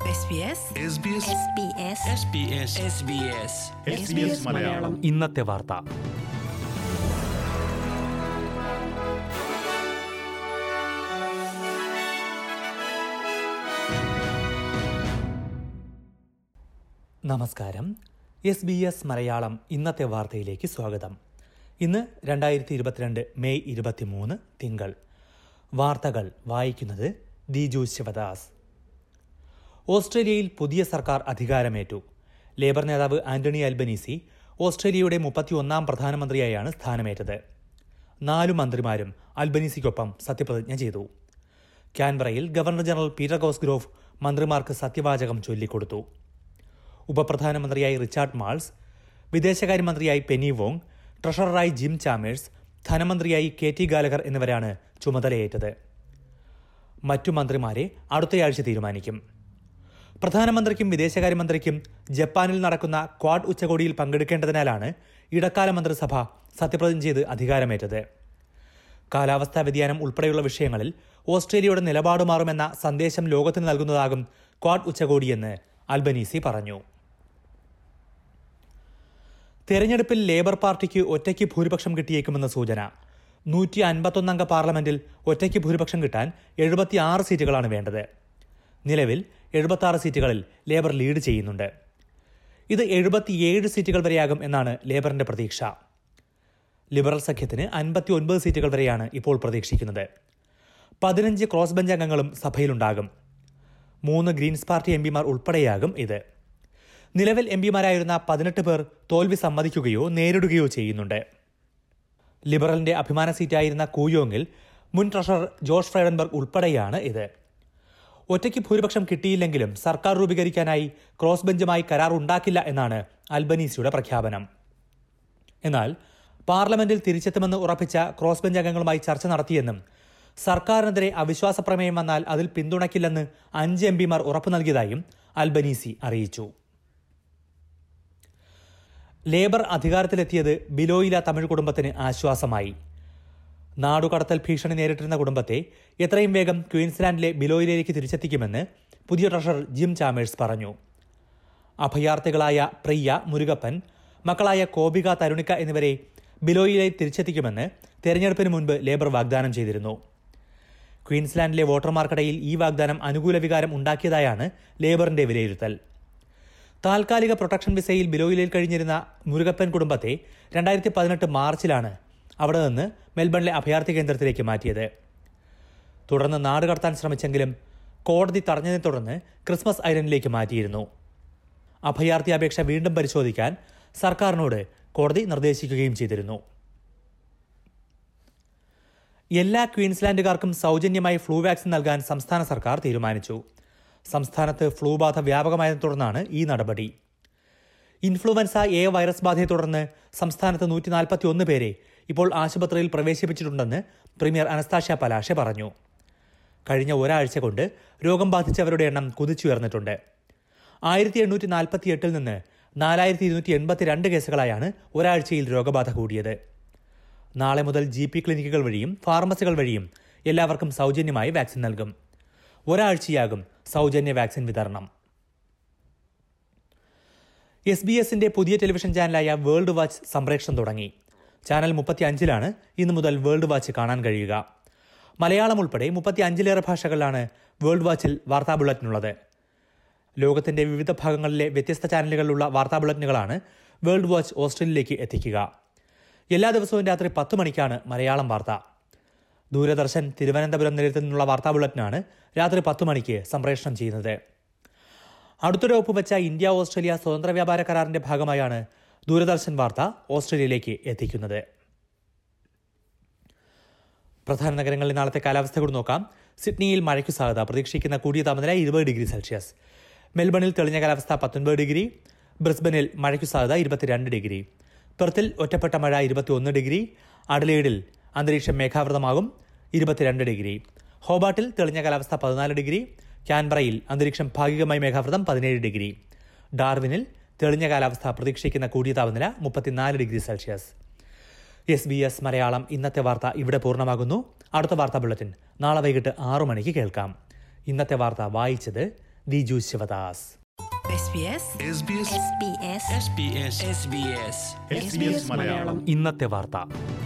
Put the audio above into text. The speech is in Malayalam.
SBS SBS SBS SBS SBS SBS Malayalam ഇന്നത്തെ വാർത്ത നമസ്കാരം എസ് ബി എസ് മലയാളം ഇന്നത്തെ വാർത്തയിലേക്ക് സ്വാഗതം ഇന്ന് രണ്ടായിരത്തി ഇരുപത്തിരണ്ട് മെയ് ഇരുപത്തിമൂന്ന് തിങ്കൾ വാർത്തകൾ വായിക്കുന്നത് ദിജു ശിവദാസ് ഓസ്ട്രേലിയയിൽ പുതിയ സർക്കാർ അധികാരമേറ്റു ലേബർ നേതാവ് ആന്റണി അൽബനീസി ഓസ്ട്രേലിയയുടെ മുപ്പത്തിയൊന്നാം പ്രധാനമന്ത്രിയായാണ് സ്ഥാനമേറ്റത് നാലു മന്ത്രിമാരും അൽബനീസിക്കൊപ്പം സത്യപ്രതിജ്ഞ ചെയ്തു കാൻബറയിൽ ഗവർണർ ജനറൽ പീറ്റർ ഗോസ്ഗ്രോഫ് മന്ത്രിമാർക്ക് സത്യവാചകം ചൊല്ലിക്കൊടുത്തു ഉപപ്രധാനമന്ത്രിയായി റിച്ചാർഡ് മാൾസ് വിദേശകാര്യമന്ത്രിയായി പെനി വോങ് ട്രഷററായി ജിം ചാമേഴ്സ് ധനമന്ത്രിയായി കെ ടി ഗാലഗർ എന്നിവരാണ് ചുമതലയേറ്റത് മറ്റു മന്ത്രിമാരെ അടുത്തയാഴ്ച തീരുമാനിക്കും പ്രധാനമന്ത്രിക്കും വിദേശകാര്യമന്ത്രിക്കും ജപ്പാനിൽ നടക്കുന്ന ക്വാഡ് ഉച്ചകോടിയിൽ പങ്കെടുക്കേണ്ടതിനാലാണ് ഇടക്കാല മന്ത്രിസഭ സത്യപ്രതിജ്ഞ ചെയ്ത് അധികാരമേറ്റത് കാലാവസ്ഥാ വ്യതിയാനം ഉൾപ്പെടെയുള്ള വിഷയങ്ങളിൽ ഓസ്ട്രേലിയയുടെ നിലപാട് മാറുമെന്ന സന്ദേശം ലോകത്തിന് നൽകുന്നതാകും ക്വാഡ് ഉച്ചകോടിയെന്ന് അൽബനീസി പറഞ്ഞു തെരഞ്ഞെടുപ്പിൽ ലേബർ പാർട്ടിക്ക് ഒറ്റയ്ക്ക് ഭൂരിപക്ഷം കിട്ടിയേക്കുമെന്ന സൂചന നൂറ്റി അൻപത്തൊന്നംഗ പാർലമെന്റിൽ ഒറ്റയ്ക്ക് ഭൂരിപക്ഷം കിട്ടാൻ എഴുപത്തിയാറ് സീറ്റുകളാണ് വേണ്ടത് നിലവിൽ എഴുപത്തി സീറ്റുകളിൽ ലേബർ ലീഡ് ചെയ്യുന്നുണ്ട് ഇത് എഴുപത്തിയേഴ് സീറ്റുകൾ വരെയാകും എന്നാണ് ലേബറിന്റെ പ്രതീക്ഷ ലിബറൽ സഖ്യത്തിന് അൻപത്തി ഒൻപത് സീറ്റുകൾ വരെയാണ് ഇപ്പോൾ പ്രതീക്ഷിക്കുന്നത് പതിനഞ്ച് ക്രോസ് ബെഞ്ച് അംഗങ്ങളും സഭയിലുണ്ടാകും മൂന്ന് ഗ്രീൻസ് പാർട്ടി എം പിമാർ ഉൾപ്പെടെയാകും ഇത് നിലവിൽ എം പിമാരായിരുന്ന പതിനെട്ട് പേർ തോൽവി സമ്മതിക്കുകയോ നേരിടുകയോ ചെയ്യുന്നുണ്ട് ലിബറലിന്റെ അഭിമാന സീറ്റായിരുന്ന കൂയോങ്ങിൽ മുൻ ട്രഷറർ ജോഷ് ഫ്രൈഡൻബർഗ് ഉൾപ്പെടെയാണ് ഇത് ഒറ്റയ്ക്ക് ഭൂരിപക്ഷം കിട്ടിയില്ലെങ്കിലും സർക്കാർ രൂപീകരിക്കാനായി ക്രോസ് ബെഞ്ചുമായി കരാർ ഉണ്ടാക്കില്ല എന്നാണ് അൽബനീസിയുടെ പ്രഖ്യാപനം എന്നാൽ പാർലമെന്റിൽ തിരിച്ചെത്തുമെന്ന് ഉറപ്പിച്ച ക്രോസ് ബെഞ്ച് അംഗങ്ങളുമായി ചർച്ച നടത്തിയെന്നും സർക്കാരിനെതിരെ അവിശ്വാസ പ്രമേയം വന്നാൽ അതിൽ പിന്തുണയ്ക്കില്ലെന്ന് അഞ്ച് എം പിമാർ ഉറപ്പു നൽകിയതായും അൽബനീസി അറിയിച്ചു ലേബർ അധികാരത്തിലെത്തിയത് ബിലോയില തമിഴ് കുടുംബത്തിന് ആശ്വാസമായി നാടുകടത്തൽ ഭീഷണി നേരിട്ടിരുന്ന കുടുംബത്തെ എത്രയും വേഗം ക്വീൻസ്ലാൻഡിലെ ബിലോയിലേക്ക് തിരിച്ചെത്തിക്കുമെന്ന് പുതിയ ട്രഷറർ ജിം ചാമേഴ്സ് പറഞ്ഞു അഭയാർത്ഥികളായ പ്രിയ മുരുകപ്പൻ മക്കളായ കോപിക തരുണിക എന്നിവരെ ബിലോയിലേക്ക് തിരിച്ചെത്തിക്കുമെന്ന് തെരഞ്ഞെടുപ്പിന് മുൻപ് ലേബർ വാഗ്ദാനം ചെയ്തിരുന്നു ക്വീൻസ്ലാൻഡിലെ വോട്ടർമാർക്കിടയിൽ ഈ വാഗ്ദാനം അനുകൂല വികാരം ഉണ്ടാക്കിയതായാണ് ലേബറിന്റെ വിലയിരുത്തൽ താൽക്കാലിക പ്രൊട്ടക്ഷൻ വിസയിൽ ബിലോയിലയിൽ കഴിഞ്ഞിരുന്ന മുരുകപ്പൻ കുടുംബത്തെ രണ്ടായിരത്തി പതിനെട്ട് മാർച്ചിലാണ് അവിടെ നിന്ന് മെൽബണിലെ അഭയാർത്ഥി കേന്ദ്രത്തിലേക്ക് മാറ്റിയത് തുടർന്ന് നാട് കടത്താൻ ശ്രമിച്ചെങ്കിലും കോടതി തടഞ്ഞതിനെ തുടർന്ന് ക്രിസ്മസ് ഐലൻഡിലേക്ക് മാറ്റിയിരുന്നു അഭയാർത്ഥി അപേക്ഷ വീണ്ടും പരിശോധിക്കാൻ സർക്കാരിനോട് കോടതി നിർദ്ദേശിക്കുകയും ചെയ്തിരുന്നു എല്ലാ ക്വീൻസ്ലാൻഡുകാർക്കും സൗജന്യമായി ഫ്ലൂ വാക്സിൻ നൽകാൻ സംസ്ഥാന സർക്കാർ തീരുമാനിച്ചു സംസ്ഥാനത്ത് ഫ്ലൂ ബാധ വ്യാപകമായതിനെ തുടർന്നാണ് ഈ നടപടി ഇൻഫ്ലുവൻസ എ വൈറസ് ബാധയെ തുടർന്ന് സംസ്ഥാനത്ത് നൂറ്റി നാൽപ്പത്തി ഒന്ന് പേരെ ഇപ്പോൾ ആശുപത്രിയിൽ പ്രവേശിപ്പിച്ചിട്ടുണ്ടെന്ന് പ്രീമിയർ അനസ്താഷ്യ പലാഷെ പറഞ്ഞു കഴിഞ്ഞ ഒരാഴ്ച കൊണ്ട് രോഗം ബാധിച്ചവരുടെ എണ്ണം കുതിച്ചുയർന്നിട്ടുണ്ട് ആയിരത്തി എണ്ണൂറ്റി നാൽപ്പത്തി എട്ടിൽ നിന്ന് നാലായിരത്തി ഇരുന്നൂറ്റി എൺപത്തിരണ്ട് കേസുകളായാണ് ഒരാഴ്ചയിൽ രോഗബാധ കൂടിയത് നാളെ മുതൽ ജി പി ക്ലിനിക്കുകൾ വഴിയും ഫാർമസികൾ വഴിയും എല്ലാവർക്കും സൗജന്യമായി വാക്സിൻ നൽകും ഒരാഴ്ചയാകും സൗജന്യ വാക്സിൻ വിതരണം എസ് ബി എസിന്റെ പുതിയ ടെലിവിഷൻ ചാനലായ വേൾഡ് വാച്ച് സംപ്രേഷണം തുടങ്ങി ചാനൽ മുപ്പത്തി അഞ്ചിലാണ് ഇന്നു മുതൽ വേൾഡ് വാച്ച് കാണാൻ കഴിയുക മലയാളം ഉൾപ്പെടെ മുപ്പത്തി അഞ്ചിലേറെ ഭാഷകളിലാണ് വേൾഡ് വാച്ചിൽ വാർത്താ ബുള്ളറ്റിനുള്ളത് ലോകത്തിന്റെ വിവിധ ഭാഗങ്ങളിലെ വ്യത്യസ്ത ചാനലുകളിലുള്ള വാർത്താ ബുള്ളറ്റിനുകളാണ് വേൾഡ് വാച്ച് ഓസ്ട്രേലിയയിലേക്ക് എത്തിക്കുക എല്ലാ ദിവസവും രാത്രി പത്ത് മണിക്കാണ് മലയാളം വാർത്ത ദൂരദർശൻ തിരുവനന്തപുരം നിലയത്തിൽ നിന്നുള്ള വാർത്താ ബുള്ളറ്റിനാണ് രാത്രി പത്ത് മണിക്ക് സംപ്രേഷണം ചെയ്യുന്നത് അടുത്തിടെ ഒപ്പുവെച്ച ഇന്ത്യ ഓസ്ട്രേലിയ സ്വതന്ത്ര വ്യാപാര കരാറിന്റെ ഭാഗമായാണ് ദൂരദർശൻ വാർത്ത ഓസ്ട്രേലിയയിലേക്ക് എത്തിക്കുന്നത് പ്രധാന നഗരങ്ങളിൽ നാളത്തെ കാലാവസ്ഥ കൂടി നോക്കാം സിഡ്നിയിൽ മഴയ്ക്ക് സാധ്യത പ്രതീക്ഷിക്കുന്ന കൂടിയ താപനില ഇരുപത് ഡിഗ്രി സെൽഷ്യസ് മെൽബണിൽ തെളിഞ്ഞ കാലാവസ്ഥ പത്തൊൻപത് ഡിഗ്രി ബ്രിസ്ബനിൽ മഴയ്ക്ക് സാധ്യത ഇരുപത്തിരണ്ട് ഡിഗ്രി പെർത്തിൽ ഒറ്റപ്പെട്ട മഴ ഇരുപത്തിയൊന്ന് ഡിഗ്രി അഡലേഡിൽ അന്തരീക്ഷം മേഘാവൃതമാകും ഇരുപത്തിരണ്ട് ഡിഗ്രി ഹോബാട്ടിൽ തെളിഞ്ഞ കാലാവസ്ഥ പതിനാല് ഡിഗ്രി ക്യാൻബറയിൽ അന്തരീക്ഷം ഭാഗികമായി മേഘാവൃതം പതിനേഴ് ഡിഗ്രി ഡാർവിനിൽ തെളിഞ്ഞ കാലാവസ്ഥ പ്രതീക്ഷിക്കുന്ന കൂടിയ താപനില മുപ്പത്തിനാല് degree Celsius S B S Malayalam ഇന്നത്തെ വാർത്ത ഇവിടെ പൂർണ്ണമാകുന്നു അടുത്ത വാർത്താ ബുള്ളറ്റിൻ നാളെ വൈകിട്ട് ആറു മണിക്ക് കേൾക്കാം ഇന്നത്തെ വാർത്ത വായിച്ചത് Diju Sivadas SBS S B S SBS SBS SBS SBS Malayalam ഇന്നത്തെ വാർത്ത